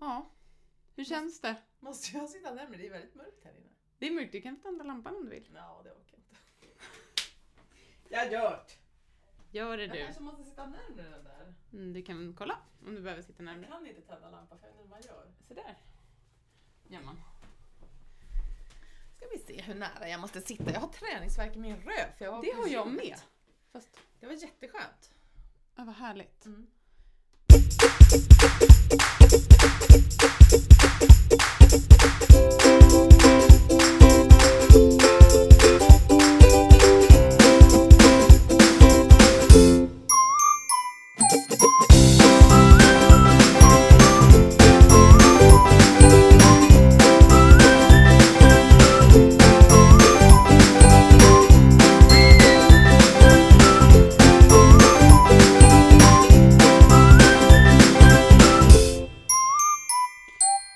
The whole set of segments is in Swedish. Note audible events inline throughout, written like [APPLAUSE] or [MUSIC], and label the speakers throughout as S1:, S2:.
S1: Ja. Hur känns det?
S2: Måste jag sitta närmare? Det är väldigt mörkt här inne.
S1: Det är mörkt, du kan tända lampan om du vill.
S2: Ja, det orkar jag inte. Jag gör det.
S1: Gör det
S2: Jag
S1: du.
S2: kanske måste sitta närmare den där.
S1: Mm, du kan kolla om du behöver sitta
S2: Jag
S1: närmare.
S2: kan inte tända lampan för jag vet inte hur man gör.
S1: Så där. Gör man.
S2: Ska vi se hur nära jag måste sitta. Jag har träningsvärk i min röv. För jag var
S1: Det
S2: på
S1: har jag
S2: gymmet.
S1: med. Fast,
S2: Det var jätteskönt.
S1: ja, vad härligt.
S2: Mm.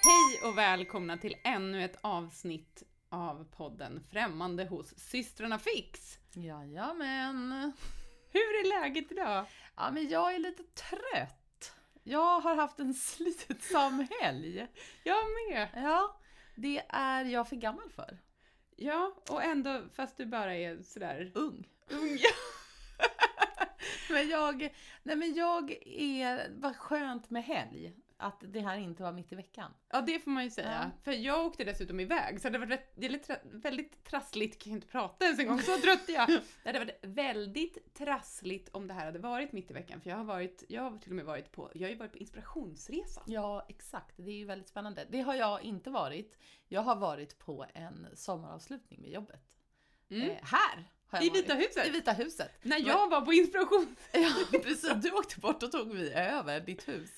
S1: Hej och välkomna till ännu ett avsnitt av podden Främmande hos systrarna Fix.
S2: Jajamän.
S1: Hur är läget idag?
S2: Ja, men jag är lite trött. Jag har haft en [LAUGHS] slitsam helg.
S1: Jag med.
S2: Ja, det är jag för gammal för.
S1: Ja, och ändå fast du bara är sådär
S2: Ung.
S1: ung.
S2: [LAUGHS] Men jag, nej men jag är, vad skönt med helg. Att det här inte var mitt i veckan.
S1: Ja, det får man ju säga.
S2: Ja.
S1: För jag åkte dessutom iväg så det var rätt, det är lite tra- väldigt trassligt, kan jag inte prata ens en gång, så trött [LAUGHS] är jag. Det hade varit väldigt trassligt om det här hade varit mitt i veckan för jag har varit, jag har till och med varit på, jag har ju varit på inspirationsresa.
S2: Ja, exakt. Det är ju väldigt spännande. Det har jag inte varit. Jag har varit på en sommaravslutning med jobbet.
S1: Mm.
S2: Eh, här har jag
S1: I
S2: varit.
S1: Vita huset?
S2: I Vita [LAUGHS] huset.
S1: När jag var på inspiration...
S2: Ja, precis. Du åkte bort och tog vi över ditt hus.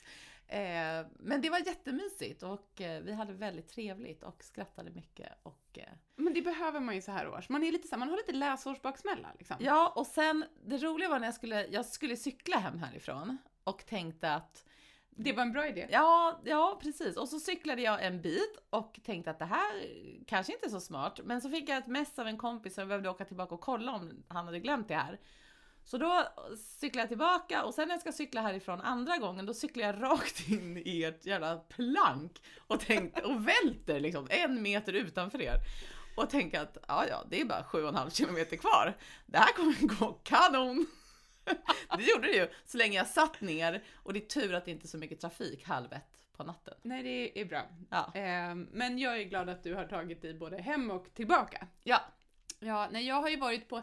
S2: Eh, men det var jättemysigt och eh, vi hade väldigt trevligt och skrattade mycket. Och, eh,
S1: Men det behöver man ju så här års. Man är lite så här, man har lite läsårsbaksmälla liksom.
S2: Ja, och sen det roliga var när jag skulle, jag skulle cykla hem härifrån och tänkte att
S1: Det var en bra idé.
S2: Ja, ja precis. Och så cyklade jag en bit och tänkte att det här kanske inte är så smart. Men så fick jag ett mess av en kompis som behövde åka tillbaka och kolla om han hade glömt det här. Så då cyklade jag tillbaka och sen när jag ska cykla härifrån andra gången då cyklar jag rakt in i ert jävla plank och, tänkte, och välter liksom en meter utanför er. Och tänker att ja, ja, det är bara sju och en halv kilometer kvar. Det här kommer gå kanon. Det gjorde det ju, så länge jag satt ner. Och det är tur att det inte är så mycket trafik halv ett på natten.
S1: Nej, det är bra.
S2: Ja.
S1: Eh, men jag är glad att du har tagit dig både hem och tillbaka.
S2: Ja.
S1: Ja, nej, jag har ju varit på,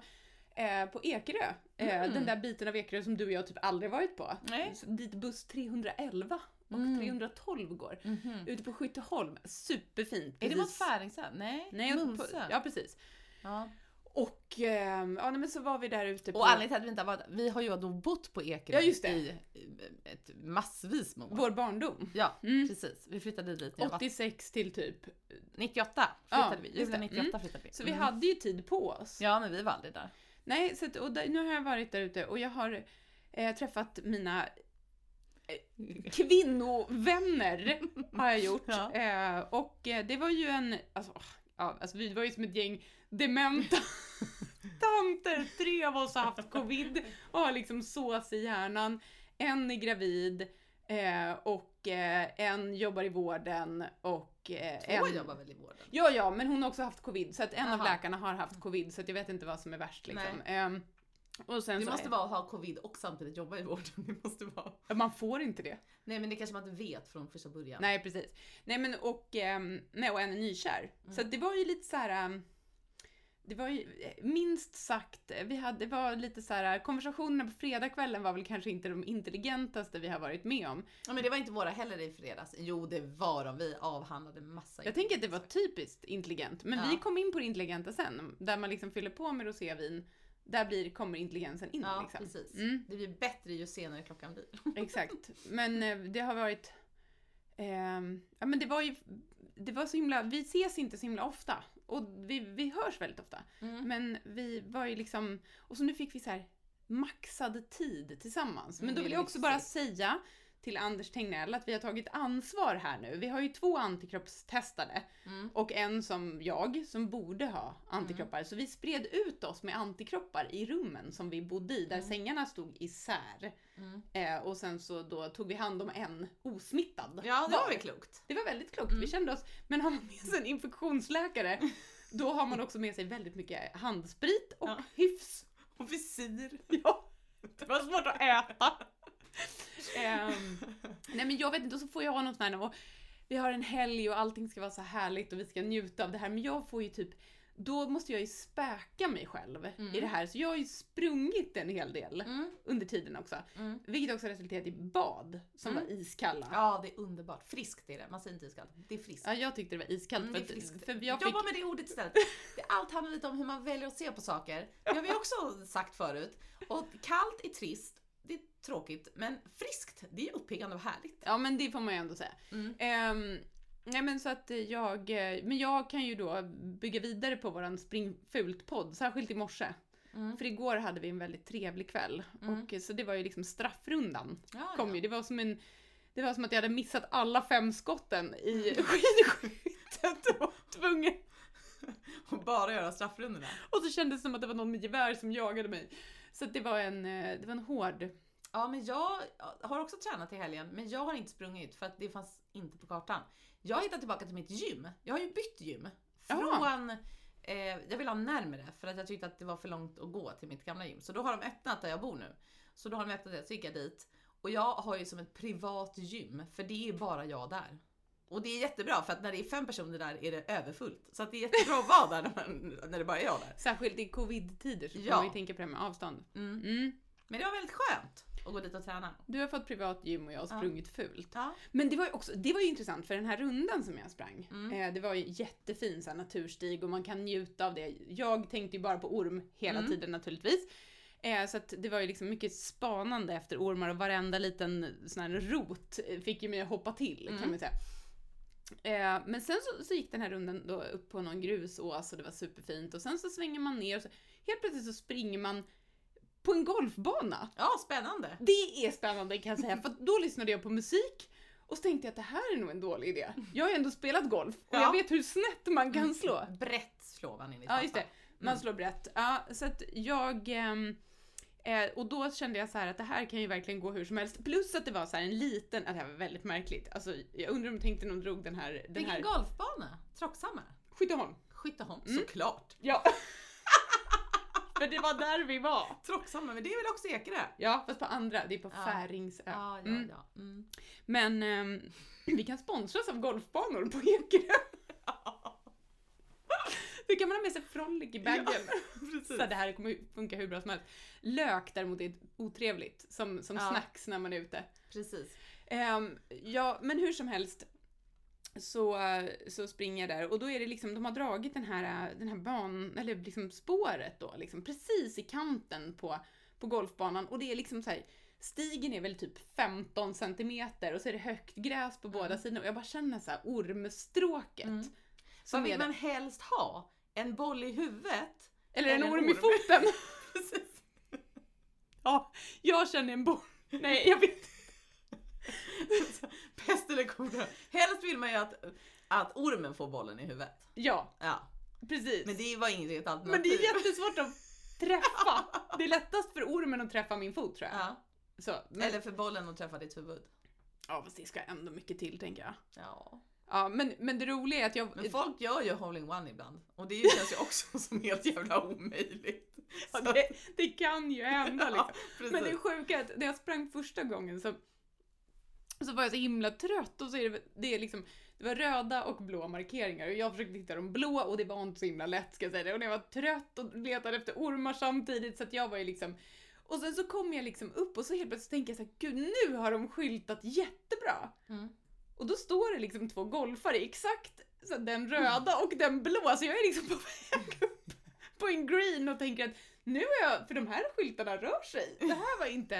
S1: eh, på Ekerö. Eh,
S2: Mm.
S1: Den där biten av Ekerö som du och jag typ aldrig varit på.
S2: Nej.
S1: Så Dit buss 311 och
S2: Mm.
S1: 312 går.
S2: Mhm.
S1: Ute på Skytteholm. Superfint.
S2: Är det
S1: precis.
S2: mot Färingsö? Nej,
S1: Nej, jag- på,
S2: Munsö.
S1: ja precis.
S2: Ja.
S1: Och ehm, ja, nej, men så var vi där ute på...
S2: Och anledningen till att vi inte har varit vi har ju då bott på Ekerö
S1: Ja, just det.
S2: i eh, ett massvis med år.
S1: vår barndom.
S2: Ja,
S1: Mm.
S2: precis. Vi flyttade dit när jag var
S1: 86 till typ.
S2: 98 flyttade
S1: Ja,
S2: vi.
S1: just det.
S2: Julen 98
S1: Mm.
S2: flyttade vi.
S1: Så vi
S2: Mm.
S1: hade ju tid på oss.
S2: Ja, men vi var aldrig [LAUGHS] där.
S1: Nej, så att, och där, nu har jag varit där ute och jag har eh, träffat mina kvinnovänner har jag gjort.
S2: [LAUGHS] Ja.
S1: Eh, och eh, det var ju en, alltså, åh, ja, alltså vi var ju som ett gäng
S2: [LAUGHS]
S1: dementa tanter. Tre av oss har haft covid och har liksom sås i hjärnan. En är gravid eh, och eh, en jobbar i vården och eh,
S2: Två
S1: en...
S2: jobbar väl i vården?
S1: Ja, ja, men hon har också haft covid så att en av
S2: Aha.
S1: läkarna har haft covid så att jag vet inte vad som är värst liksom. Ehm, och sen
S2: Det
S1: så,
S2: måste vara att ha covid och samtidigt jobba i vården. [LAUGHS] Det måste vara.
S1: Man får inte det.
S2: Nej, men det kanske man inte vet från första början.
S1: Nej precis. Nej men och, ehm, nej, och en är nykär.
S2: Mm.
S1: Så att det var ju lite så här. ehm, Det var ju eh, minst sagt, eh, vi hade, det var lite så här konversationerna på fredagskvällen var väl kanske inte de intelligentaste vi har varit med om.
S2: Ja, men det var inte våra heller i fredags. Jo, det var de. Vi avhandlade massa.
S1: Jag tänker att det var typiskt intelligent, men vi
S2: Ja.
S1: kom in på det intelligenta sen, där man liksom fyller på med rosévin. Där blir, kommer intelligensen in
S2: Ja,
S1: liksom.
S2: precis.
S1: Mm.
S2: Det blir bättre ju senare klockan blir.
S1: Exakt. Men eh, det har varit... ehm, ja men det var ju... Det var så himla... Vi ses inte så himla ofta. Och vi, vi hörs väldigt ofta. [LAUGHS]
S2: Mm.
S1: Men vi var ju liksom... Och så nu fick vi så här maxad tid tillsammans. Men
S2: Mm,
S1: då
S2: det är
S1: vill jag också bara
S2: lyxigt.
S1: säga till Anders Tegnell att vi har tagit ansvar här nu. Vi har ju två antikroppstestade
S2: Mm.
S1: och en som jag som borde ha antikroppar. Så vi spred ut oss med antikroppar i rummen som vi bodde i där
S2: Mm.
S1: sängarna stod isär.
S2: Mm.
S1: Eh, och sen så då tog vi hand om en osmittad.
S2: Ja, det
S1: var.
S2: var väl klokt.
S1: Det var väldigt klokt, vi
S2: Mm.
S1: kände oss. Men har man med sig en infektionsläkare
S2: [LAUGHS]
S1: då har man också med sig väldigt mycket handsprit och
S2: Ja. [LAUGHS]
S1: hyfs.
S2: Och visir.
S1: Ja.
S2: Det var svårt att äta.
S1: Ehm, nej men jag vet inte, och så får jag ha något sån här och vi har en helg och allting ska vara så härligt och vi ska njuta av det här men jag får ju typ då måste jag ju späka mig själv
S2: Mm.
S1: i det här så jag har ju sprungit en hel del
S2: Mm.
S1: under tiden också.
S2: Mm.
S1: Vilket också resulterat i bad som
S2: Mm.
S1: var iskalla. Ja.
S2: Ja, det är underbart. Friskt är det. Man säger inte iskallt. Det är friskt.
S1: jag tyckte det var iskallt
S2: Mm,
S1: för,
S2: det är
S1: att-
S2: friskt.
S1: för jag fick
S2: Jobba med det ordet istället. Det, allt handlar lite om hur man väljer att se på saker. Det har vi också sagt förut. Och kallt är trist, det är tråkigt, men friskt, det är uppiggande och härligt.
S1: Ja men det får man ju ändå säga.
S2: Mm.
S1: Ehm, nej men så att jag, eh, men jag kan ju då bygga vidare på våran springfult-podd, särskilt i morse.
S2: Mm.
S1: För igår hade vi en väldigt trevlig kväll.
S2: Mm.
S1: Och, eh, så det var ju liksom straffrundan.
S2: Ja,
S1: Kom ju.
S2: ja.
S1: Det var som en det var som att jag hade missat alla fem skotten i
S2: Mm.
S1: [LAUGHS] skidskyttet och var tvungen.
S2: Och bara göra straffrundorna.
S1: Och så kändes det som att det var någon med gevär som jagade mig. Så att det var en, eh, det var en hård...
S2: Ja, men jag har också tränat i helgen, men jag har inte sprungit för att det fanns inte på kartan. Jag hittade tillbaka till mitt gym. Jag har ju bytt gym. Från, eh, jag vill ha närmre för att jag tyckte att det var för långt att gå till mitt gamla gym. Så då har de öppnat där jag bor nu. Så då har de öppnat det, så gick jag dit. Och jag har ju som ett privat gym, för det är ju bara jag där. Och det är jättebra för att när det är fem personer där är det överfullt. Så att det är jättebra att vara där när, man, när det bara är jag där.
S1: Särskilt i covid-tider så får
S2: Ja.
S1: man ju tänka på det här med avstånd.
S2: Mm.
S1: Mm.
S2: Men det var väldigt skönt att gå dit och träna.
S1: Du har fått privat gym och jag har
S2: Ja.
S1: sprungit fult.
S2: Ja.
S1: Men det var ju också, det var ju intressant för den här rundan som jag sprang.
S2: Mm.
S1: Eh, det var ju jättefin så här, naturstig och man kan njuta av det. Jag tänkte ju bara på orm hela
S2: Mm.
S1: tiden naturligtvis. Eh, så att det var ju liksom mycket spanande efter ormar och varenda liten sån här rot eh, fick ju mig att hoppa till kan
S2: Mm.
S1: man säga. Eh, men sen så, så gick den här rundan då upp på någon grusås och det var superfint och sen så svänger man ner och så, helt plötsligt så springer man på en golfbana.
S2: ja, spännande.
S1: Det är spännande kan jag säga, för att då lyssnade jag på musik och så tänkte jag att det här är nog en dålig idé. Jag har ju ändå spelat golf och
S2: Ja.
S1: jag vet hur snett man kan slå.
S2: Brett slår man enligt
S1: Ja, just det.
S2: pappa.
S1: Man
S2: Mm.
S1: slår brett. Ja, så att jag... ehm, Eh, och då kände jag så här att det här kan ju verkligen gå hur som helst. Plus att det var så här en liten, att det här var väldigt märkligt. Alltså jag undrar om de tänkte när de drog den här, den
S2: Vilken
S1: här
S2: golfbana? Troxhammar?
S1: Skytteholm.
S2: Skytteholm?
S1: Mm.
S2: Såklart!
S1: Ja. [LAUGHS] För det var där vi var.
S2: Troxhammar, men det är väl också Ekerö?
S1: Ja, fast på andra, det är på
S2: Ja.
S1: Färingsö.
S2: Ja, ja,
S1: Mm.
S2: ja. Mm.
S1: Men ehm, vi kan sponsras av golfbanor på Ekerö. Då kan man ha med sig frolic i baggen.
S2: [LAUGHS] Precis.
S1: Så det här kommer ju funka hur bra som helst. Lök däremot är otrevligt som, som
S2: Ja.
S1: snacks när man är ute.
S2: Precis.
S1: Ehm, ja, men hur som helst så, så springer jag där och då är det liksom, de har dragit den här, den här ban, eller liksom spåret då, liksom, precis i kanten på, på golfbanan och det är liksom så här, stigen är väl typ 15 centimeter och så är det högt gräs på båda sidorna och jag bara känner så här ormstråket.
S2: Mm.
S1: Som är
S2: Vad vill
S1: det,
S2: man helst ha? En boll i huvudet? [LAUGHS]
S1: eller en
S2: eller en
S1: orm i
S2: orm?
S1: foten.
S2: [LAUGHS] Precis.
S1: ja, jag känner en
S2: [LAUGHS]
S1: boll. Nej, jag vet
S2: Pest eller kolera? Helst vill man ju att, att ormen får bollen i huvudet.
S1: Ja,
S2: Ja.
S1: precis.
S2: Men det var inget alternativ.
S1: Men det är jättesvårt att träffa. Det är lättast för ormen att träffa min fot tror jag.
S2: ja.
S1: Så, men,
S2: Eller för bollen att träffa ditt huvud.
S1: Ja fast det ska ändå mycket till tänker jag.
S2: Ja.
S1: Ja men, men det roliga är att jag...
S2: Men folk gör ju hole-in-one ibland. Och det känns ju också [LAUGHS] som helt jävla omöjligt.
S1: Ja,
S2: Så-
S1: [LAUGHS] det, det kan ju [LAUGHS]
S2: [LAUGHS]
S1: hända liksom.
S2: Ja, precis.
S1: Men det sjuka är att när jag sprang första gången så, så var jag så himla trött och så är det, det är liksom det var röda och blå markeringar och jag försökte hitta de blå och det var inte så himla lätt ska jag säga det. Och när jag var trött och letade efter ormar samtidigt så att jag var ju liksom och sen så kom jag liksom upp och så helt plötsligt tänker jag så här, gud nu har de skyltat jättebra.
S2: Mm.
S1: Och då står det liksom två golfare i exakt så här, den röda och den blå, så jag är liksom på [LAUGHS] väg upp på en green och tänker att nu är jag, för de här skyltarna rör sig. Det här var inte,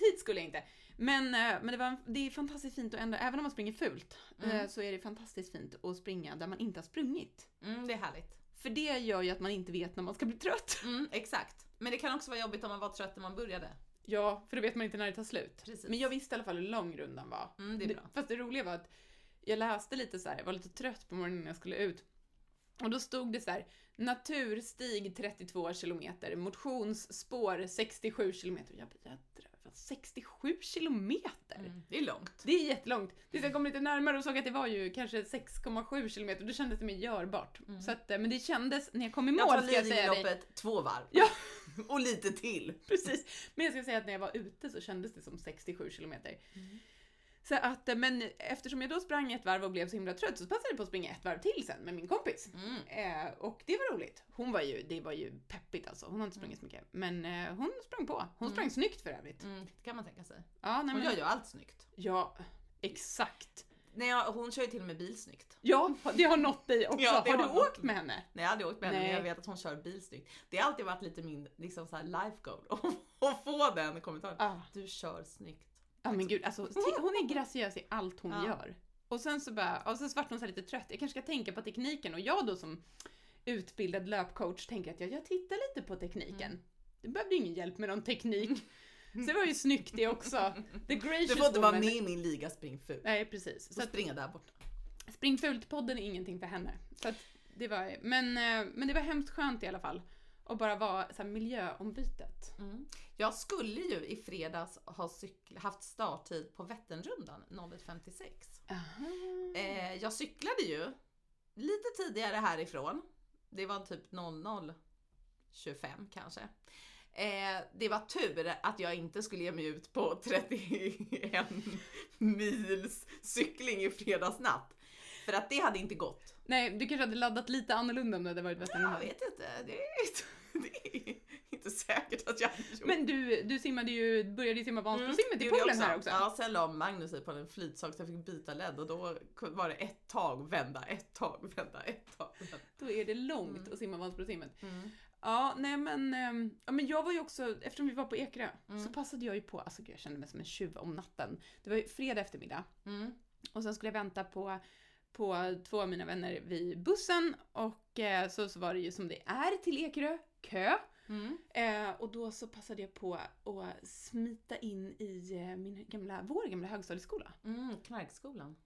S1: hit skulle jag inte. Men, eh, men det, var, en- det är fantastiskt fint och ändå, även om man springer fult, eh,
S2: Mm.
S1: så är det fantastiskt fint att springa där man inte har sprungit.
S2: [LAUGHS] Mm, det är härligt.
S1: För det gör ju att man inte vet när man ska bli trött.
S2: Mm, exakt. Men det kan också vara jobbigt om man var trött när man började.
S1: Ja, för då vet man inte när det tar slut.
S2: Precis.
S1: Men jag visste i alla fall hur lång rundan var.
S2: Mm, det är
S1: Det-
S2: bra.
S1: Fast det roliga var att jag läste lite så här, jag var lite trött på morgonen när jag skulle ut. Och då stod det så här, naturstig 32 kilometer, motionsspår 67 kilometer. Och Jag bara, jädrar, vad, 67 kilometer?
S2: Mm. Det är långt.
S1: Det är jättelångt. Tills jag kom lite närmare och såg att det var ju kanske 6,7 kilometer. Då kändes det mer görbart.
S2: Mm.
S1: Så att, eh, men det kändes, när jag kom i
S2: Jag
S1: mål
S2: tar
S1: ska jag säga dig.
S2: Lidingöloppet två varv.
S1: Ja.
S2: [LAUGHS] Och lite till.
S1: [LAUGHS] Precis. Men jag ska säga att när jag var ute så kändes det som 67 kilometer. Så att, eh, men eftersom jag då sprang ett varv och blev så himla trött så passade jag på att springa ett varv till sen med min kompis.
S2: Mm.
S1: Eh, och det var roligt. Hon var ju, det var ju peppigt alltså. Hon har inte sprungit så mycket. Men eh, hon sprang på. Hon sprang snyggt för övrigt.
S2: Mm, det kan man tänka sig.
S1: Ja, nej,
S2: Hon
S1: men,
S2: gör ju allt snyggt.
S1: ja, exakt.
S2: Nej, jag, hon kör ju till och med bil snyggt.
S1: [LAUGHS] Ja, det har nått dig också.
S2: Ja, det
S1: har du
S2: har nått
S1: åkt med henne?
S2: Nej, jag har aldrig åkt med henne, men
S1: Nej.
S2: jag vet att hon kör bil snyggt. Det har alltid varit lite min liksom så här life goal [LAUGHS] att få den kommentaren.
S1: Ja.
S2: Du kör snyggt.
S1: Ja men gud, alltså, ti- hon är graciös i allt hon
S2: Ja.
S1: gör. Och sen så bara, och sen så vart hon så här lite trött. Jag kanske ska tänka på tekniken och jag då som utbildad löpcoach tänker att jag, jag tittar lite på tekniken. Du behövde ju ingen hjälp med någon [LAUGHS] teknik. Så det var ju snyggt det också. The gracious
S2: Du får inte vara
S1: woman.
S2: med i min liga spring fult.
S1: Nej precis.
S2: Så
S1: Så att
S2: springa där borta.
S1: Spring Fult-podden är ingenting för henne. Så att det var, men, eh, men det var hemskt skönt i alla fall. Att bara vara så här miljöombytet.
S2: Mm. Jag skulle ju i fredags ha cykl- haft starttid på Vätternrundan 01.56. Eh, jag cyklade ju lite tidigare härifrån. Det var typ 00.25 kanske. Eh, det var tur att jag inte skulle ge mig ut på [LAUGHS] 31 mils cykling i fredags natt. För att det hade inte gått.
S1: Nej, du kanske hade laddat lite annorlunda om det hade varit
S2: Jag
S1: Vätternrundan.
S2: vet inte, det är inte, [LAUGHS] det är inte säkert att jag hade gjort
S1: Men du, du simmade ju, började ju simma Vansbrosimmet i
S2: Mm, gjorde jag
S1: poolen här också.
S2: Ja, sen la Magnus sig på en flytsak så jag fick byta led och då var det ett tag vända, ett tag vända, ett tag vända.
S1: Då är det långt
S2: Mm.
S1: att simma Vansbrosimmet. Ja, nej men, ehm, ja, men jag var ju också, eftersom vi var på Ekerö,
S2: Mm.
S1: så passade jag ju på, alltså gud, jag kände mig som en tjuv om natten. Det var ju fredag eftermiddag och sen skulle jag vänta på, på två av mina vänner vid bussen och eh, så, så var det ju som det är till Ekerö, kö. Eh, och då så passade jag på att smita in i eh, min gamla, vår gamla högstadieskola.
S2: Mm, knarkskolan.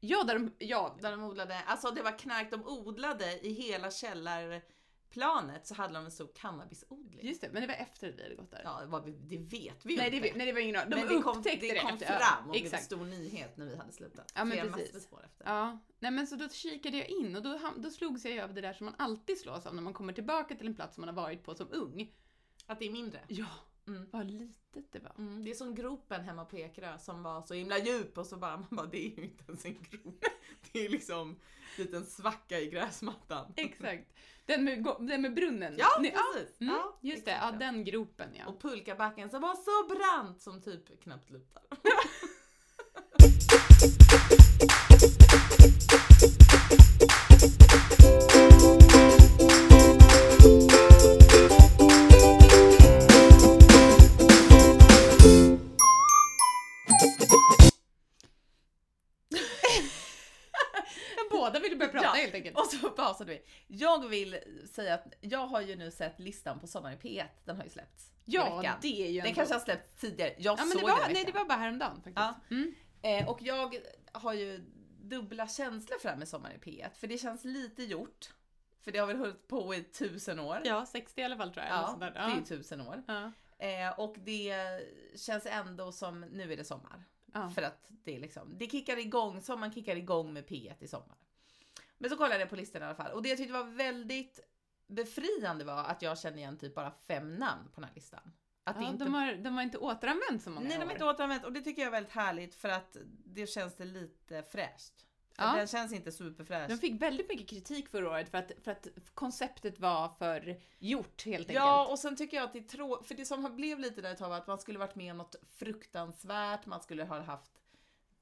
S1: Ja, där de, ja,
S2: Där de odlade, alltså det var knark de odlade i hela källarplanet så hade de en stor cannabisodling.
S1: Just det, men det var efter att vi hade gått där.
S2: Ja, det, var, vi- det vet vi ju
S1: nej,
S2: inte.
S1: det, vet- nej, det var ingen aning. De
S2: Men det kom,
S1: upptäckte
S2: det kom
S1: efter.
S2: fram och
S1: ja,
S2: blev en
S1: exakt.
S2: stor nyhet när vi hade slutat.
S1: Ja, men
S2: Flera
S1: precis.
S2: massvis år efter.
S1: Ja, nej men så då kikade jag in och då, ham- då slogs jag ju av det där som man alltid slås av när man kommer tillbaka till en plats som man har varit på som ung.
S2: Att det är mindre.
S1: Ja,
S2: Mm.
S1: vad litet det var. [LAUGHS]
S2: Mm, det är som gropen hemma på Ekerö som var så himla djup och så bara, man bara det är ju inte ens en grop. [LAUGHS] Det är liksom en liten svacka i gräsmattan.
S1: Exakt. Den med, go- den med brunnen.
S2: Ja,
S1: Nej,
S2: precis!
S1: Mm,
S2: Ja,
S1: just det, ja
S2: exakt,
S1: den gropen ja.
S2: Och pulkabacken som var så brant som typ knappt lutar.
S1: Men båda ville börja prata
S2: Ja.
S1: helt enkelt.
S2: Och så pausade vi. Jag vill säga att jag har ju nu sett listan på Sommaren i P1, den har ju släppts. i
S1: Ja,
S2: veckan.
S1: det är ju
S2: Den
S1: ändå-
S2: kanske har släppts tidigare, jag
S1: Ja men
S2: såg
S1: det
S2: den
S1: var, nej
S2: i
S1: det
S2: veckan.
S1: var bara häromdagen faktiskt.
S2: Ja.
S1: Mm.
S2: Eh, och jag har ju dubbla känslor för det här med Sommar i P1, för det känns lite gjort. För det har väl hållit på i tusen år.
S1: ja, 60 i alla fall tror jag. eller
S2: Ja,
S1: sånt
S2: det
S1: där.
S2: är ju tusen år.
S1: ja.
S2: Eh, och det känns ändå som, nu är det sommar.
S1: Ja.
S2: För att det är liksom, det kickar igång, sommaren kickar igång med P1 i sommar. Men så kollade jag på listan i alla fall och det jag tyckte var väldigt befriande var att jag kände igen typ bara fem namn på den här listan. Att
S1: Ja,
S2: det inte
S1: de, har, de har inte återanvänt så många
S2: Nej, de
S1: år.
S2: har inte återanvänt och det tycker jag är väldigt härligt för att det känns det lite fräscht. För
S1: Ja.
S2: Den känns inte superfräsch.
S1: De fick väldigt mycket kritik förra året för att, för att konceptet var för gjort helt
S2: Ja,
S1: enkelt.
S2: och sen tycker jag att det är trå- för det som blev lite där ett tag var att man skulle varit med om något fruktansvärt, man skulle ha haft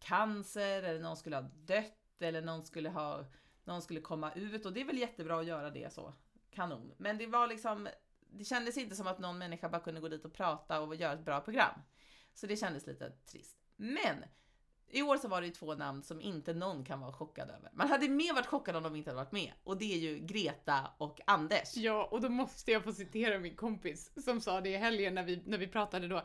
S2: cancer eller någon skulle ha dött eller någon skulle ha, någon skulle komma ut och det är väl jättebra att göra det så, kanon. Men det var liksom, det kändes inte som att någon människa bara kunde gå dit och prata och göra ett bra program. Så det kändes lite trist. Men I år så var det ju två namn som inte någon kan vara chockad över. Man hade mer varit chockad om de inte hade varit med. Och det är ju Greta och Anders.
S1: Ja, och då måste jag få citera min kompis som sa det i helgen när vi, när vi pratade då.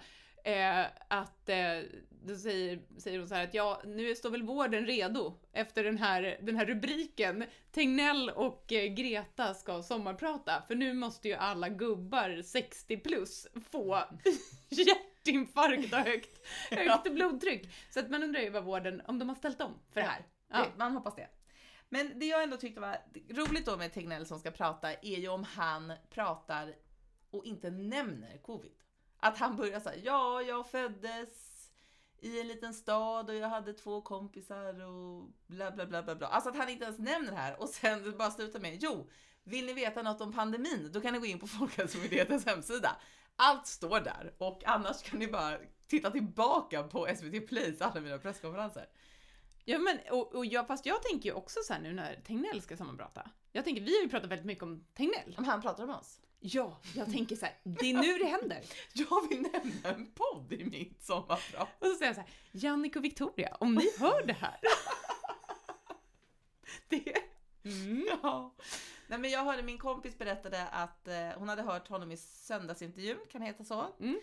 S1: Eh, att eh, då säger, säger hon så här att ja, nu står väl vården redo efter den här, den här rubriken. Tegnell och eh, Greta ska sommarprata för nu måste ju alla gubbar 60 plus få [LAUGHS] hjärtinfarkt och högt, högt blodtryck. Så att man undrar ju vad vården, om de har ställt om för det här. Ja.
S2: Det, man hoppas det. Men det jag ändå tyckte var roligt då med Tegnell som ska prata är ju om han pratar och inte nämner covid. Att han börjar säga ja, jag föddes i en liten stad och jag hade två kompisar och bla bla bla bla bla. Alltså att han inte ens nämner det här och sen [LAUGHS] bara slutar med jo, vill ni veta något om pandemin? Då kan ni gå in på [LAUGHS] Folkhälsomyndighetens hemsida. Allt står där och annars kan ni bara titta tillbaka på SVT Plays alla mina presskonferenser.
S1: Ja men och, och jag, fast jag tänker ju också så här nu när Tegnell ska sammanprata. Jag tänker, vi har ju pratat väldigt mycket om Tegnell.
S2: Om han pratar om oss. [LAUGHS]
S1: Ja, jag tänker [LAUGHS] så här, det är nu det händer.
S2: Jag vill nämna en podd i mitt [LAUGHS] sommarprat.
S1: Och så säger jag så här, Jannik och Victoria, om ni hör det [LAUGHS] här. Det, mm.
S2: Ja. Nej men jag hörde min kompis berättade att eh, hon hade hört honom i söndagsintervjun, kan det heta så?
S1: Mm.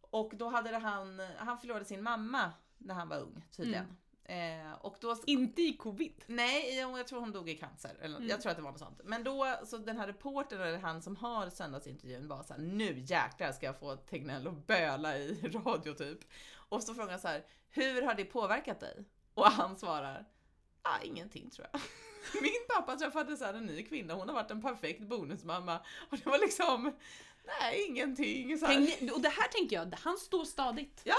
S2: Och då hade det han, han förlorade sin mamma när han var ung tydligen. Eh, och då
S1: Inte i covid.
S2: Nej, jag jag tror hon dog i cancer. Eller,
S1: Mm.
S2: Jag tror att det var något sånt. Men då, så den här reportern, eller han som har söndagsintervjun, var så här, nu jäklar ska jag få Tegnell att böla i [LAUGHS] radio typ. Och så frågar han så här, hur har det påverkat dig? Och han svarar, ah, ingenting tror jag. [LAUGHS] Min pappa träffade så här en ny kvinna, hon har varit en perfekt bonusmamma. Och det var liksom, nej ingenting. Så här.
S1: Tänk, och det här tänker jag, han står stadigt.
S2: Ja.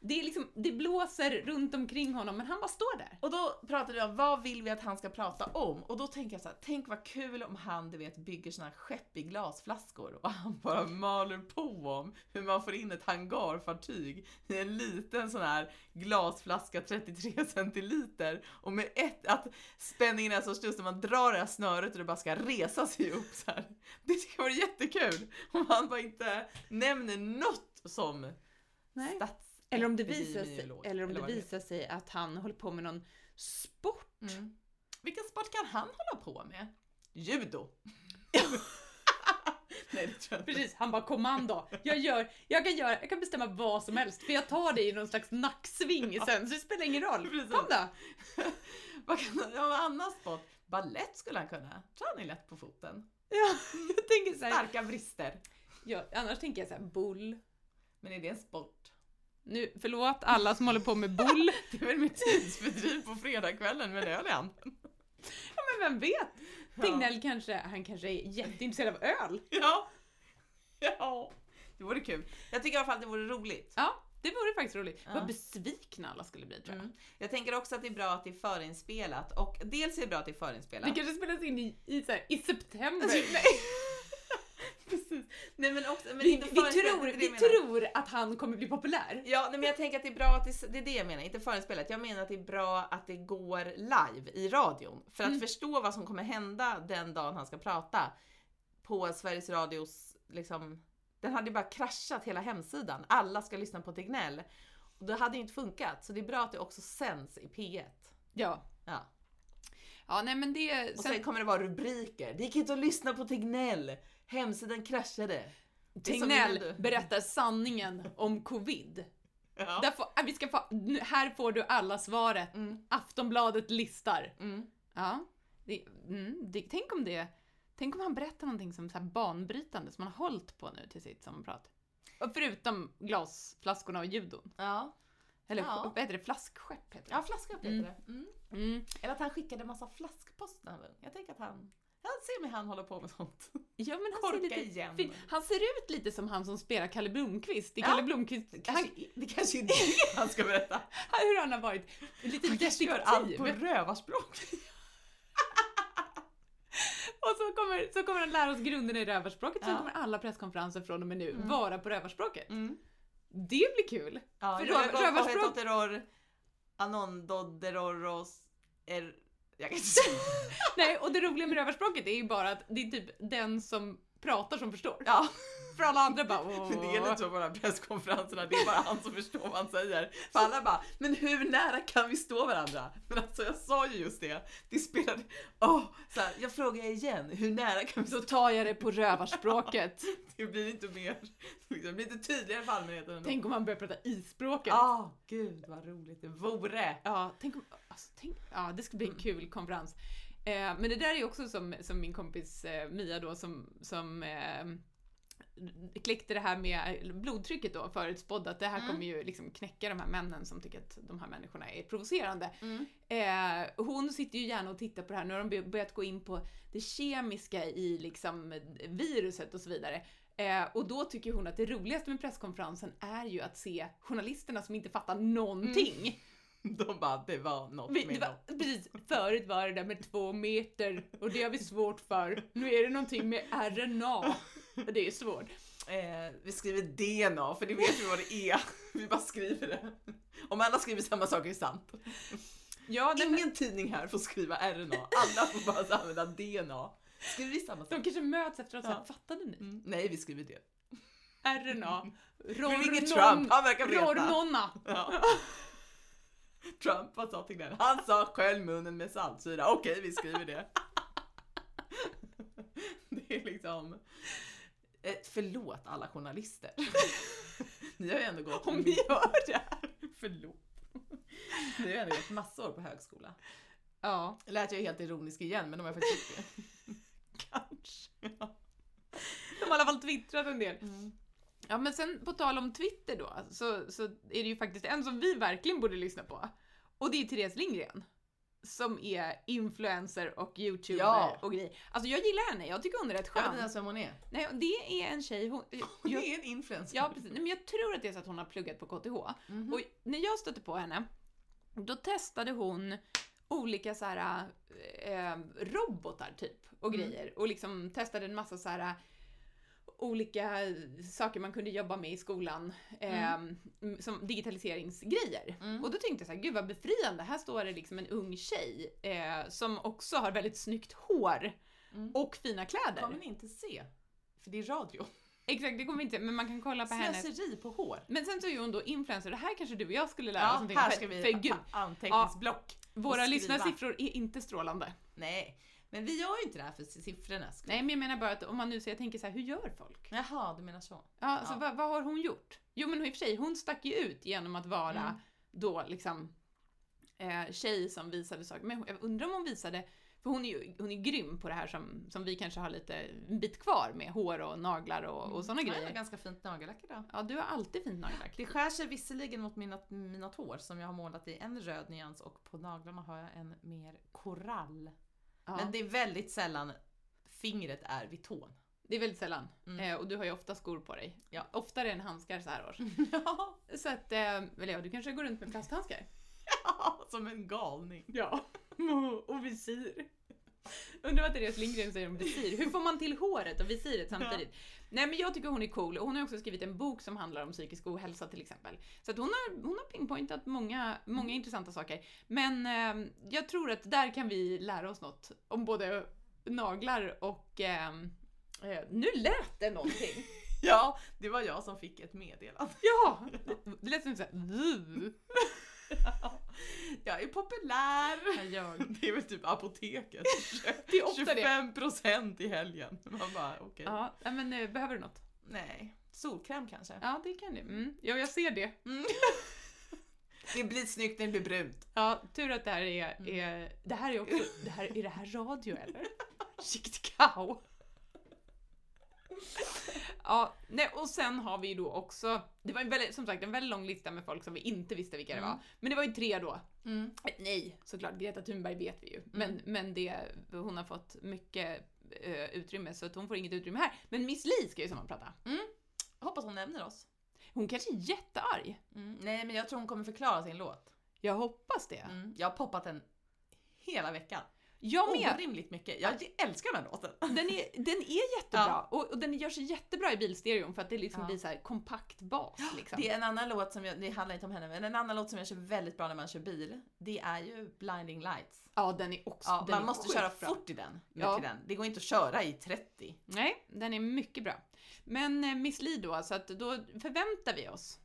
S1: Det, är liksom, det blåser runt omkring honom men han bara står där.
S2: Och då pratade vi om vad vill vi att han ska prata om? Och då tänker jag så här, tänk vad kul om han du vet bygger såna här skepp i glasflaskor och han bara maler på om hur man får in ett hangarfartyg i en liten sån här glasflaska 33 centiliter och med ett, att spänningen är så stor så man drar det här snöret och det bara ska resa sig upp så här. Det ska vara jättekul om han bara inte nämner något som
S1: Nej.
S2: stats...
S1: Eller om det visar sig,
S2: epidemiolog,
S1: eller om det
S2: vad heter.
S1: visar sig att han håller på med någon sport.
S2: Mm. Vilken sport kan han hålla på med? Judo! [LAUGHS] Nej det tror jag inte.
S1: Precis, han bara kommando. Jag, gör, jag, kan göra, jag kan bestämma vad som helst för jag tar dig i någon slags nacksving sen så det spelar ingen roll.
S2: Precis.
S1: Kom då!
S2: Vad kan han, ja, vad annan sport? Ballett skulle han kunna. Tror han är lätt på foten.
S1: Ja, jag tänker så här,
S2: Starka brister.
S1: ja, annars tänker jag så här, bull.
S2: Men är det en sport?
S1: Nu, förlåt alla som håller på med bull.
S2: Det är väl mitt tidsfördriv på fredagskvällen med en öl i handen.
S1: Ja, [LAUGHS] men vem vet?
S2: Ja.
S1: Tegnell kanske, han kanske är jätteintresserad av öl.
S2: Ja. Ja. Det vore kul. Jag tycker i alla fall att det vore roligt.
S1: Ja, det vore faktiskt roligt.
S2: Ja.
S1: Vad besvikna alla skulle bli tror jag.
S2: Mm. Jag tänker också att det är bra att det är förinspelat och dels är det bra att det är förinspelat.
S1: Det kanske spelas in i, i, så här, i september.
S2: Nej. [LAUGHS] Precis. Nej men också, men
S1: vi,
S2: inte
S1: vi,
S2: förinspelat, det är
S1: tror,
S2: det jag
S1: vi
S2: menar.
S1: tror att han kommer bli populär.
S2: Ja, nej, men jag tänker att det är bra att det, det är det jag menar, inte förinspelat. Jag menar att det är bra att det går live i radion. För att
S1: Mm.
S2: förstå vad som kommer hända den dagen han ska prata på Sveriges Radios, liksom, den hade ju bara kraschat hela hemsidan. Alla ska lyssna på Tegnell. Och det hade ju inte funkat, så det är bra att det också sänds i P1.
S1: Ja.
S2: Ja.
S1: Ja, nej men det...
S2: Och sen, kommer det vara rubriker. Det gick inte att lyssna på Tegnell. Hemsidan kraschade. Det är som
S1: Tegnell
S2: innan du-
S1: berättar sanningen om covid.
S2: Ja.
S1: Där får, äh, vi ska få, nu- här får du alla svaret.
S2: Mm,
S1: Aftonbladet listar.
S2: mm.
S1: Ja. Det, mm, det, tänk om det... Tänk om han berättar någonting som så här banbrytande som han har hållit på nu till sitt sammanprat. Och förutom glasflaskorna och judon.
S2: Ja.
S1: Eller
S2: Ja.
S1: vad heter det? Flaskskepp heter
S2: ja,
S1: det.
S2: flasköppet
S1: Mm.
S2: heter det. Mm.
S1: Mm.
S2: Eller att han skickade massa flaskpost när han var ung. Jag tänker att han, jag ser mig han håller på med sånt.
S1: Ja, men han ser
S2: Korka
S1: lite
S2: igen.
S1: fin. Han ser ut lite som han som spelar Kalle Blomkvist i
S2: Ja.
S1: Kalle Blomkvist.
S2: Det
S1: Han,
S2: kanske, det kanske är det han ska [LAUGHS] berätta.
S1: hur han har varit. Lite
S2: Han kanske
S1: detektiv.
S2: gör allt på rövarspråk.
S1: Och så kommer, så kommer han lära oss grunderna i rövarspråket, sen
S2: Ja.
S1: kommer alla presskonferenser från och med nu
S2: Mm.
S1: vara på rövarspråket.
S2: Mm.
S1: Det blir kul! [LAUGHS]
S2: Ja,
S1: För
S2: jag
S1: röv-
S2: går på
S1: rövarspråk-
S2: hetoteror, anondoderoros, er... Jag kan inte säga. [LAUGHS]
S1: Nej, och det roliga med rövarspråket är ju bara att det är typ den som pratar som förstår.
S2: Ja.
S1: För alla andra bara Åh.
S2: [LAUGHS] Men det är lite så på de här presskonferenserna, det är bara han som förstår vad han säger. För alla bara, men hur nära kan vi stå varandra? Men alltså jag sa ju just det, det spelade, åh, så här, jag frågar igen, hur nära kan vi stå?
S1: Då tar jag det på
S2: [LAUGHS]
S1: rövarspråket.
S2: Det blir inte mer, det blir inte tydligare för allmänheten ändå.
S1: tänk om man börjar prata ispråket.
S2: Ja, gud vad roligt det vore.
S1: Ja, tänk om, alltså, tänk, ja, det ska bli en kul konferens. Eh, men det där är ju också som, som min kompis eh, Mia då som, som eh, kläckte det här med blodtrycket då förutspådde att det här
S2: Mm.
S1: kommer ju liksom knäcka de här männen som tycker att de här människorna är provocerande. Eh, hon sitter ju gärna och tittar på det här. Nu har de be- börjat gå in på det kemiska i liksom viruset och så vidare. Eh, och då tycker hon att det roligaste med presskonferensen är ju att se journalisterna som inte fattar någonting.
S2: De bara, det var något
S1: Vi,
S2: med
S1: det
S2: dem.
S1: var, precis, förut var det där med två meter och det har vi svårt för. Nu är det någonting med RNA och det är svårt.
S2: Eh, vi skriver DNA, för det vet vi vad det är. [LAUGHS] Vi bara skriver det. Om alla skriver samma sak är det sant.
S1: Ja, nej, men,
S2: Ingen tidning här får skriva RNA, alla får bara så använda DNA. Skriver vi samma sak?
S1: de kanske möts efteråt och
S2: Ja.
S1: säger, fattade ni?
S2: Mm. Nej, vi skriver det.
S1: RNA,
S2: Vi
S1: ror,
S2: ringer
S1: non,
S2: Mm. Trump, han verkar
S1: ror,
S2: veta.
S1: nonna.
S2: Ja. [LAUGHS] Trump, vad sa Tegnell? Han sa skölj munnen med saltsyra. Okej, vi skriver det. [LAUGHS] Det är liksom... Eh, förlåt alla journalister. [LAUGHS] Ni har ju ändå gått...
S1: Om vi gör det.
S2: [LAUGHS] Förlåt. Ni har ju ändå gått massor på högskola.
S1: Ja,
S2: Lät jag helt ironisk igen, men de har [LAUGHS] faktiskt gjort det.
S1: kanske. De har i alla fall twittrat en del.
S2: Mm.
S1: Ja, men sen på tal om Twitter då, så, så är det ju faktiskt en som vi verkligen borde lyssna på. Och det är Therese Lindgren. Som är influencer och youtuber
S2: Ja.
S1: och grej. Alltså jag gillar henne, jag tycker hon är rätt skön.
S2: Jag vet inte ens vem hon är.
S1: Nej, det är en tjej, alltså- hon...
S2: Hon
S1: Jag,
S2: är en influencer.
S1: ja, precis. Nej, men jag tror att det är så att hon har pluggat på KTH.
S2: Mhm.
S1: Och när jag stötte på henne, då testade hon olika så här, eh, robotar typ och
S2: Mm.
S1: grejer. Och liksom testade en massa så här olika saker man kunde jobba med i skolan. Eh, Som digitaliseringsgrejer.
S2: Mm.
S1: Och då tänkte jag så här, gud vad befriande. Här står det liksom en ung tjej eh, som också har väldigt snyggt hår.
S2: Mm.
S1: Och fina
S2: Det
S1: kläder.
S2: kommer ni inte se, för det är radio.
S1: Exakt, det kommer vi inte, men man kan kolla på hennes...
S2: Slöseri på hår. Alltså,
S1: Men sen så är hon då influencer, det här kanske du och jag skulle lära oss
S2: Ja,
S1: någonting om,
S2: här
S1: för-
S2: ska vi
S1: för gud,
S2: ha anteckningsblock.
S1: Våra
S2: skriva.
S1: lyssnarsiffror är inte strålande.
S2: Nej, men vi gör ju inte det här för siffrorna skull.
S1: Nej, men jag menar bara att om man nu säger, jag tänker så här, hur gör folk?
S2: Jaha, du menar så.
S1: Ja, alltså,
S2: Ja.
S1: Vad, vad har hon gjort? Jo, men i och för sig, hon stack ju ut genom att vara
S2: Mm.
S1: då liksom eh, tjej som visade saker. Men jag undrar om hon visade, för hon är ju hon är grym på det här som, som vi kanske har lite en bit kvar med hår och naglar och, och sådana
S2: Mm. Ja, Jag har
S1: grejer.
S2: ganska fint nagellack idag.
S1: Ja, du har alltid fint nagellack.
S2: Det skär sig visserligen mot mina, mina tår som jag har målat i en röd nyans och på naglarna har jag en mer korall.
S1: Ja.
S2: Men det är väldigt sällan fingret är vid tån.
S1: Det är väldigt sällan.
S2: Mm.
S1: Eh, och du har ju ofta skor på dig.
S2: Ja.
S1: Oftare än handskar så här års.
S2: [LAUGHS] Ja,
S1: Så att, eh, eller ja, du kanske går runt med plasthandskar?
S2: som en galning.
S1: Ja. [LAUGHS] och visir. Undrar vad Therese Lindgren säger om visir. Hur får man till håret och visiret samtidigt? Nej men jag tycker hon är cool och hon har också skrivit en bok som handlar om psykisk ohälsa till exempel. Så att hon har, hon har pinpointat många, många intressanta saker. Men eh, jag tror att där kan vi lära oss något om både naglar och... Eh, eh, nu lät det någonting!
S2: Ja, det var jag som fick ett meddelande.
S1: [LAUGHS] Ja! Det lät som såhär "Vuh."
S2: Jag är populär! [LAUGHS]
S1: Jag gör.
S2: Det är väl typ [LAUGHS] apoteket.
S1: Det är ofta det.
S2: 25% i helgen. Man bara okej.
S1: Ja, nej, men eh, behöver du något?
S2: Nej. Solkräm kanske?
S1: Ja, det kan du. Mm. Ja, jag ser det.
S2: Det blir snyggt när det blir brunt.
S1: Ja, tur att det här är... är det här är också... Det här, är det här radio eller? Shit cow. Ja, nej, och sen har vi ju då också, det var en väldigt, som sagt en väldigt lång lista med folk som vi inte visste vilka det var.
S2: Mm.
S1: Men det var ju tre då.
S2: Mm.
S1: Nej, såklart Greta Thunberg vet vi ju. Men, men det, hon har fått mycket eh, utrymme så att hon får inget utrymme här. Men Miss Li ska ju sammanprata.
S2: Hoppas hon nämner oss.
S1: Hon kanske är jättearg.
S2: Mm. Nej men jag tror hon kommer förklara sin låt.
S1: Jag hoppas det.
S2: Jag har poppat den hela veckan.
S1: Jag med.
S2: Orimligt mycket. Jag älskar den här låten.
S1: Den är, den är jättebra. Och, och den gör sig jättebra i bilstereon för att det liksom
S2: Ja.
S1: blir så här kompakt bas. Liksom.
S2: Det är en annan låt som, jag, det handlar inte om henne, men en annan låt som jag kör väldigt bra när man kör bil. Det är ju Blinding Lights.
S1: Ja, den är också
S2: Ja,
S1: den
S2: man
S1: är
S2: måste köra
S1: skitbra.
S2: fort i den,
S1: Ja.
S2: till den. Det går inte att köra i 30.
S1: Nej, den är mycket bra. Men eh, Miss Li då, så att då förväntar vi oss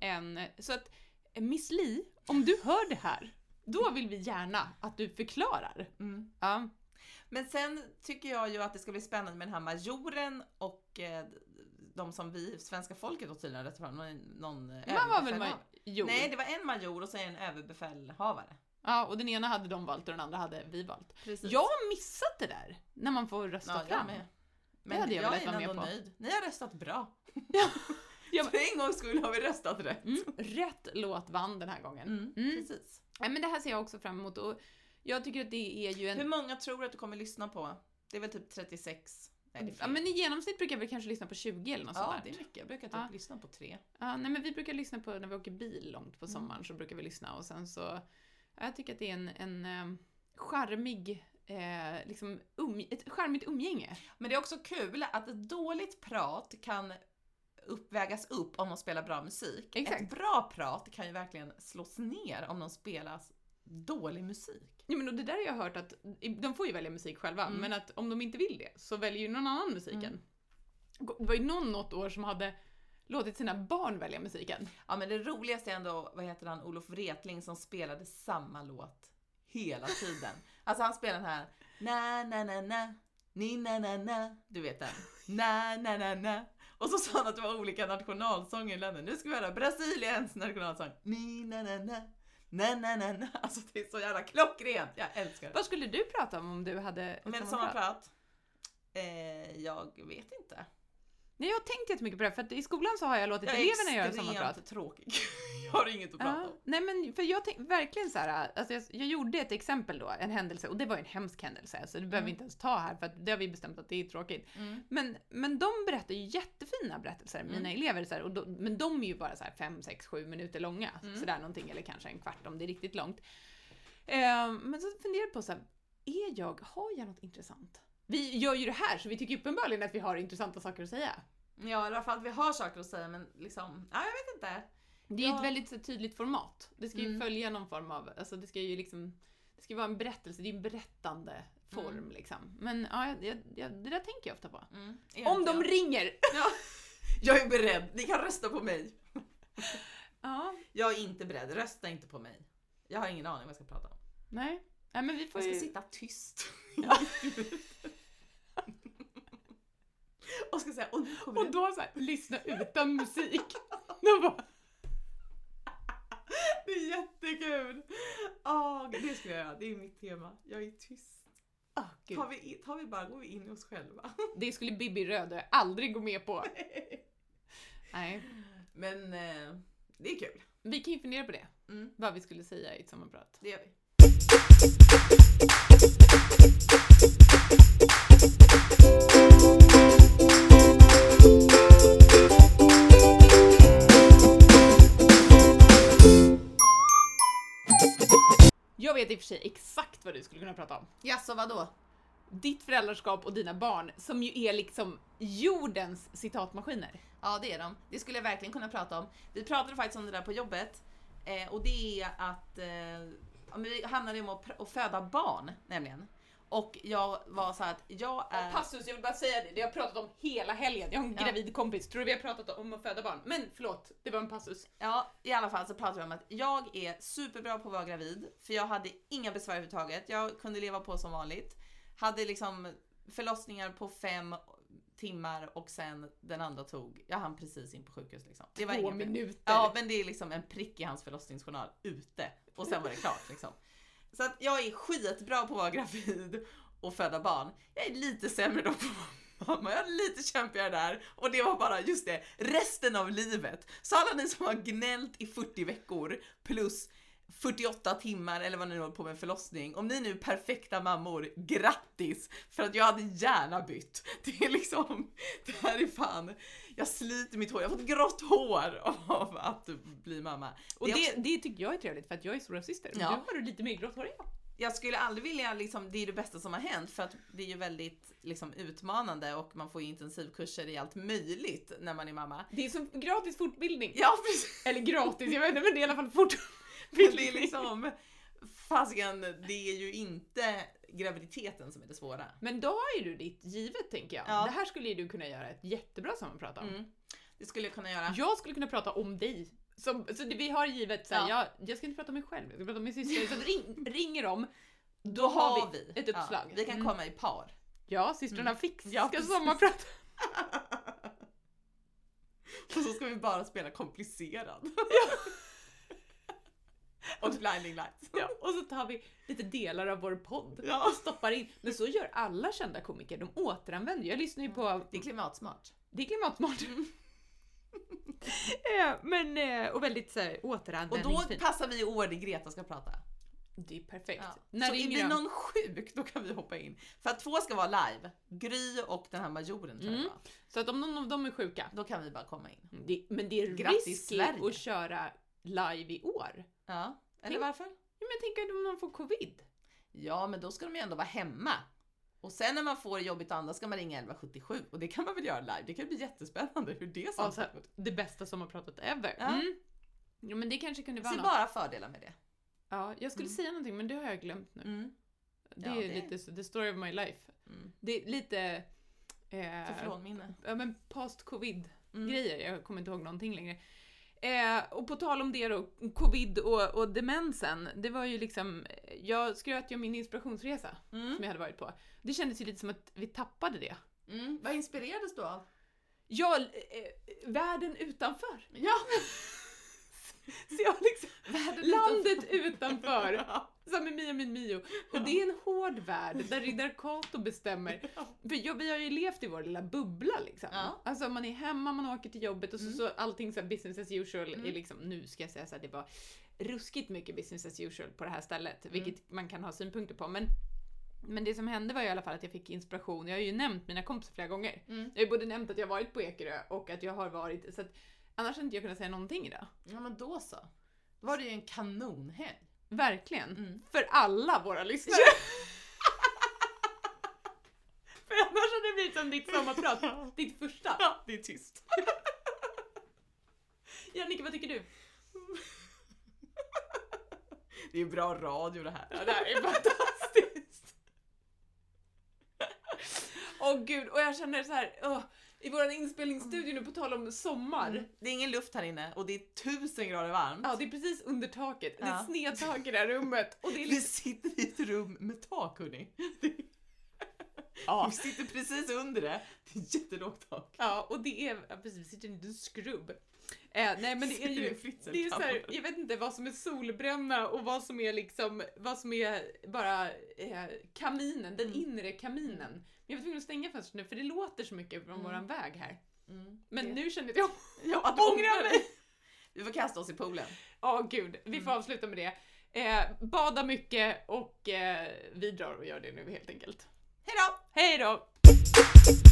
S1: en... Så att eh, Miss Li, om du hör det här, då vill vi gärna att du förklarar.
S2: Mm.
S1: Ja,
S2: Men sen tycker jag ju att det ska bli spännande med den här majoren och eh, de som vi, svenska folket, då tydligen har rätt fram. Någon, någon eh,
S1: man var väl
S2: överbefälhavare.
S1: major?
S2: Nej, det var en major och så en överbefälhavare.
S1: Ja, och den ena hade de valt och den andra hade vi valt.
S2: Precis.
S1: Jag har missat det där, när man får rösta
S2: ja, jag
S1: fram.
S2: med.
S1: Det hade jag velat
S2: är
S1: vara med
S2: ändå
S1: på.
S2: nöjd. Ni har röstat bra. [LAUGHS]
S1: Ja, men-
S2: För en gångs skull har vi röstat rätt.
S1: Mm, rätt låt vann den här gången.
S2: Mm,
S1: Mm.
S2: Precis.
S1: Nej, men det här ser jag också fram emot och jag tycker att det är ju en...
S2: Hur många tror du att du kommer lyssna på? Det är väl typ 36? Nej, det är
S1: Ja,
S2: fler.
S1: men i genomsnitt brukar vi kanske lyssna på 20 eller något sånt
S2: ja,
S1: där.
S2: det är mycket. Jag brukar typ
S1: Ja.
S2: lyssna på tre.
S1: Ja, nej men vi brukar lyssna på när vi åker bil långt på
S2: Mm.
S1: sommaren så brukar vi lyssna och sen så ja, Jag tycker att det är en, en eh, charmig eh, liksom um, ett charmigt umgänge.
S2: Men det är också kul att ett dåligt prat kan uppvägas upp om de spelar bra musik.
S1: Exakt.
S2: Ett bra prat kan ju verkligen slås ner om de spelas dålig musik.
S1: Ja, men och det där har jag hört att de får ju välja musik själva
S2: Mm.
S1: men att om de inte vill det så väljer ju någon annan musiken. Det var ju någon något år som hade låtit sina barn välja musiken.
S2: Ja men det roligaste är ändå, vad heter han, Olof Wretling som spelade samma låt hela tiden. Alltså han spelar den här na na na na ni na na na du vet den. Na na na na och så sa han att det var olika nationalsånger i länder. Nu ska vi höra Brasiliens nationalsång. Ni na na na na na na na. Alltså det är så jävla klockrent. Jag älskar det.
S1: Vad skulle du prata om om du hade ett
S2: Men
S1: sånt
S2: sådana
S1: prat?
S2: prat? Eh, jag vet inte.
S1: Nej, jag har tänkt jättemycket på det här, för att i skolan så har jag låtit
S2: Jag är
S1: eleverna göra samma prat.
S2: extremt tråkig. [LAUGHS] Jag har inget att prata
S1: Ja,
S2: om.
S1: nej men för jag tänk, verkligen så här, alltså jag, jag gjorde ett exempel då, en händelse, och det var ju en hemsk händelse, så det behöver vi
S2: Mm.
S1: inte ens ta här för att det har vi bestämt att det är tråkigt.
S2: Mm.
S1: Men, men de berättar ju jättefina berättelser, mina
S2: Mm.
S1: elever, så här, och då, men de är ju bara så här 5, 6, 7 minuter långa,
S2: Mm.
S1: sådär någonting, eller kanske en kvart om det är riktigt långt. Eh, men så funderar jag på så här, är jag, har jag något intressant? Vi gör ju det här, så vi tycker uppenbarligen att vi har intressanta saker att säga.
S2: Ja, i alla fall att vi har saker att säga men liksom, ja jag vet inte.
S1: Det är ju
S2: Ja.
S1: ett väldigt så här, tydligt format. Det ska ju
S2: Mm.
S1: följa någon form av, alltså det ska ju liksom, det ska vara en berättelse, det är en berättande form liksom. Men ja, jag, jag, jag, det där tänker jag ofta på.
S2: Mm,
S1: Om de ringer!
S2: Jag är beredd, ni kan rösta på mig.
S1: Ja,
S2: Jag är inte beredd, rösta inte på mig. Jag har ingen aning vad jag ska prata om.
S1: nej. Nej men vi får
S2: Jag ska
S1: ju...
S2: sitta tyst.
S1: Ja.
S2: [LAUGHS] och ska säga, och nu kommer
S1: Och
S2: det.
S1: då så här, lyssna utan musik. [LAUGHS] De bara,
S2: Det är jättekul! Oh, det skulle jag göra, det är mitt tema. Jag är tyst.
S1: "Åh, gud.
S2: Tar vi, tar vi bara, går vi in i oss själva.
S1: Det skulle Bibi Rödö aldrig gå med [LAUGHS] på. Nej.
S2: Men eh, det är kul.
S1: Vi kan ju fundera på det.
S2: Mm.
S1: Vad vi skulle säga i ett sommarprat.
S2: Det gör vi.
S1: Jag vet i och för sig exakt vad du skulle kunna prata om.
S2: Jaså, vadå?
S1: Ditt föräldraskap och dina barn, som ju är liksom jordens citatmaskiner.
S2: Ja, det är de. Det skulle jag verkligen kunna prata om. Vi pratade faktiskt om det där på jobbet. Eh, och det är att eh, ja, men vi handlade ju om att, pr- att föda barn, nämligen. Och jag var så här att jag är...
S1: Passus, jag vill bara säga det, det har jag pratat om hela helgen. Jag har en
S2: Ja.
S1: gravid kompis, tror du vi har pratat om att föda barn? Men förlåt, det var en passus.
S2: Ja, i alla fall så pratade vi om att jag är superbra på att vara gravid. För jag hade inga besvär överhuvudtaget. Jag kunde leva på som vanligt. Hade liksom förlossningar på fem timmar och sen den andra tog, jag hann precis in på sjukhus liksom. Det var
S1: Två
S2: inget problem.
S1: minuter.
S2: Ja, men det är liksom en prick i hans förlossningsjournal ute och sen var det klart liksom. Så att jag är skitbra på att vara gravid och föda barn. Jag är lite sämre då på att vara mamma. Jag är lite kämpigare där och det var bara just det, resten av livet. Så alla ni som har gnällt i 40 veckor plus 48 timmar eller vad ni håller på med en förlossning. Om ni nu är perfekta mammor, grattis! För att jag hade gärna bytt. [LAUGHS] Det är liksom, det här är fan, jag sliter mitt hår, jag har fått grått hår av att bli mamma.
S1: Och
S2: Det är
S1: det, det tycker jag är trevligt för att jag är stora syster.
S2: Ja.
S1: Du har du lite mer grått hår än jag.
S2: jag skulle aldrig vilja, liksom, det är det bästa som har hänt för att det är ju väldigt liksom, utmanande och man får ju intensivkurser i allt möjligt när man är mamma.
S1: Det är som gratis fortbildning.
S2: Ja [LAUGHS] precis!
S1: Eller gratis, jag vet inte men det är i alla fall fortbildning.
S2: [LAUGHS] Men det är liksom, fasiken, det är ju inte graviditeten som är det svåra.
S1: Men då har ju du ditt givet tänker jag.
S2: Ja.
S1: Det här skulle ju du kunna göra ett jättebra sammanprat om.
S2: Mm. Det skulle jag kunna göra.
S1: Jag skulle kunna prata om dig. Som, så det, vi har givet såhär, jag, jag ska inte prata om mig själv, jag ska prata om min syster. Så
S2: [LAUGHS]
S1: ring, ringer de,
S2: Då har vi
S1: ett uppslag.
S2: Ja, vi kan
S1: Mm.
S2: komma i par.
S1: ja systrarna Fix
S2: Ja,
S1: ska
S2: precis. [LAUGHS]
S1: sommarprata.
S2: Och så ska vi bara spela komplicerad. [LAUGHS] och blinding lights.
S1: Ja, och så tar vi lite delar av vår podd
S2: Ja.
S1: och stoppar in. Men så gör alla kända komiker, de återanvänder ju. Jag lyssnar ju på
S2: Det är klimatsmart.
S1: Det är klimatsmart.
S2: Mm.
S1: [LAUGHS] Eh, Men, eh, och väldigt så här,
S2: Och då
S1: återanvändningsfint.
S2: passar vi i år det Greta ska prata.
S1: Det är perfekt.
S2: Ja.
S1: När
S2: så är
S1: ringer
S2: vi
S1: de?
S2: någon sjuk, då kan vi hoppa in. För att två ska vara live. Gry och den här majoren tror jag
S1: Mm.
S2: det var.
S1: Så att om någon av dem är sjuka,
S2: Då kan vi bara komma in.
S1: Mm, det, men det är
S2: Grattis,
S1: risky
S2: Sverige.
S1: att köra live i år.
S2: Ja. Eller
S1: Tänk-
S2: varför?
S1: Ja, men tänk att om någon får covid.
S2: Ja, men då ska de ju ändå vara hemma. Och sen när man får jobbigt att andas ska man ringa 1177 och det kan man väl göra live. Det kan bli jättespännande hur det
S1: Alltså,
S2: samtalet går till.
S1: det bästa som har pratat ever.
S2: Ja.
S1: Mm. Ja men det kanske kunde vara
S2: Se
S1: något.
S2: bara fördelar med det.
S1: Ja, jag skulle
S2: Mm.
S1: säga någonting men det har jag glömt nu. Det
S2: Ja,
S1: är
S2: det-
S1: lite så, the story of my life.
S2: Mm.
S1: Det är lite...
S2: Äh.
S1: Eh,
S2: Förfrånminne.
S1: ja men past covid.
S2: Mm.
S1: grejer. Jag kommer inte ihåg någonting längre. Eh, och på tal om det då, covid och, och demensen. Det var ju liksom, jag skröt ju om min inspirationsresa som
S2: Mm.
S1: jag hade varit på. Det kändes ju lite som att vi tappade det.
S2: Mm. Vad inspirerades du av?
S1: Jag, eh, världen utanför. [LAUGHS]
S2: Ja,
S1: Så jag liksom,
S2: [LAUGHS] världen
S1: landet
S2: [LAUGHS]
S1: utanför. Som med Mio min Mio. Och det är en hård värld där riddar Kato bestämmer. För jag, vi har ju levt i vår lilla bubbla liksom.
S2: Ja.
S1: Alltså man är hemma, man åker till jobbet och så,
S2: Mm.
S1: så allting så här business as usual är
S2: Mm.
S1: liksom, nu ska jag säga så här, det var ruskigt mycket business as usual på det här stället,
S2: Mm.
S1: vilket man kan ha synpunkter på. Men, men det som hände var i alla fall att jag fick inspiration. Jag har ju nämnt mina kompisar flera gånger.
S2: Mm.
S1: Jag har ju både nämnt att jag varit på Ekerö och att jag har varit, så att annars hade inte jag kunnat säga någonting idag.
S2: Ja, men då så. Då var det ju en kanonhelg.
S1: Verkligen.
S2: Mm.
S1: För alla våra lyssnare. [LAUGHS] För annars hade det blivit som ditt sommarprat, [LAUGHS] ditt första.
S2: Ja, det är tyst.
S1: Jannike, vad tycker du?
S2: [LAUGHS] Det är bra radio det här.
S1: Ja, det här är fantastiskt. Åh gud, och jag känner så här, åh, i vår inspelningsstudio nu på tal om sommar.
S2: Mm. Det är ingen luft här inne och det är tusen grader varmt.
S1: Ja, det är precis under taket. Det är
S2: Ja.
S1: snedtak i det här rummet. Och det är
S2: Vi
S1: liksom,
S2: sitter i ett rum med tak hörni.
S1: ja.
S2: Vi sitter precis under det. Det är jättelågt tak.
S1: ja, och det är, ja, precis, vi sitter i en liten skrubb. Eh, nej men det är
S2: Sitter i en
S1: ju,
S2: fritzelkammare.
S1: det är så här, jag vet inte vad som är solbränna och vad som är liksom, vad som är bara eh, kaminen, den
S2: Mm.
S1: inre kaminen. Men jag var tvungen att stänga fönstret nu för det låter så mycket från
S2: Mm.
S1: våran väg här.
S2: Mm.
S1: Men
S2: Det-
S1: nu känner jag [LAUGHS]
S2: Ja, att
S1: ångrar mig.
S2: Vi får kasta oss i poolen.
S1: Ja, gud. Vi får
S2: Mm.
S1: avsluta med det. Eh, bada mycket och eh, vi drar och gör det nu helt enkelt.
S2: Hejdå!
S1: Hej då!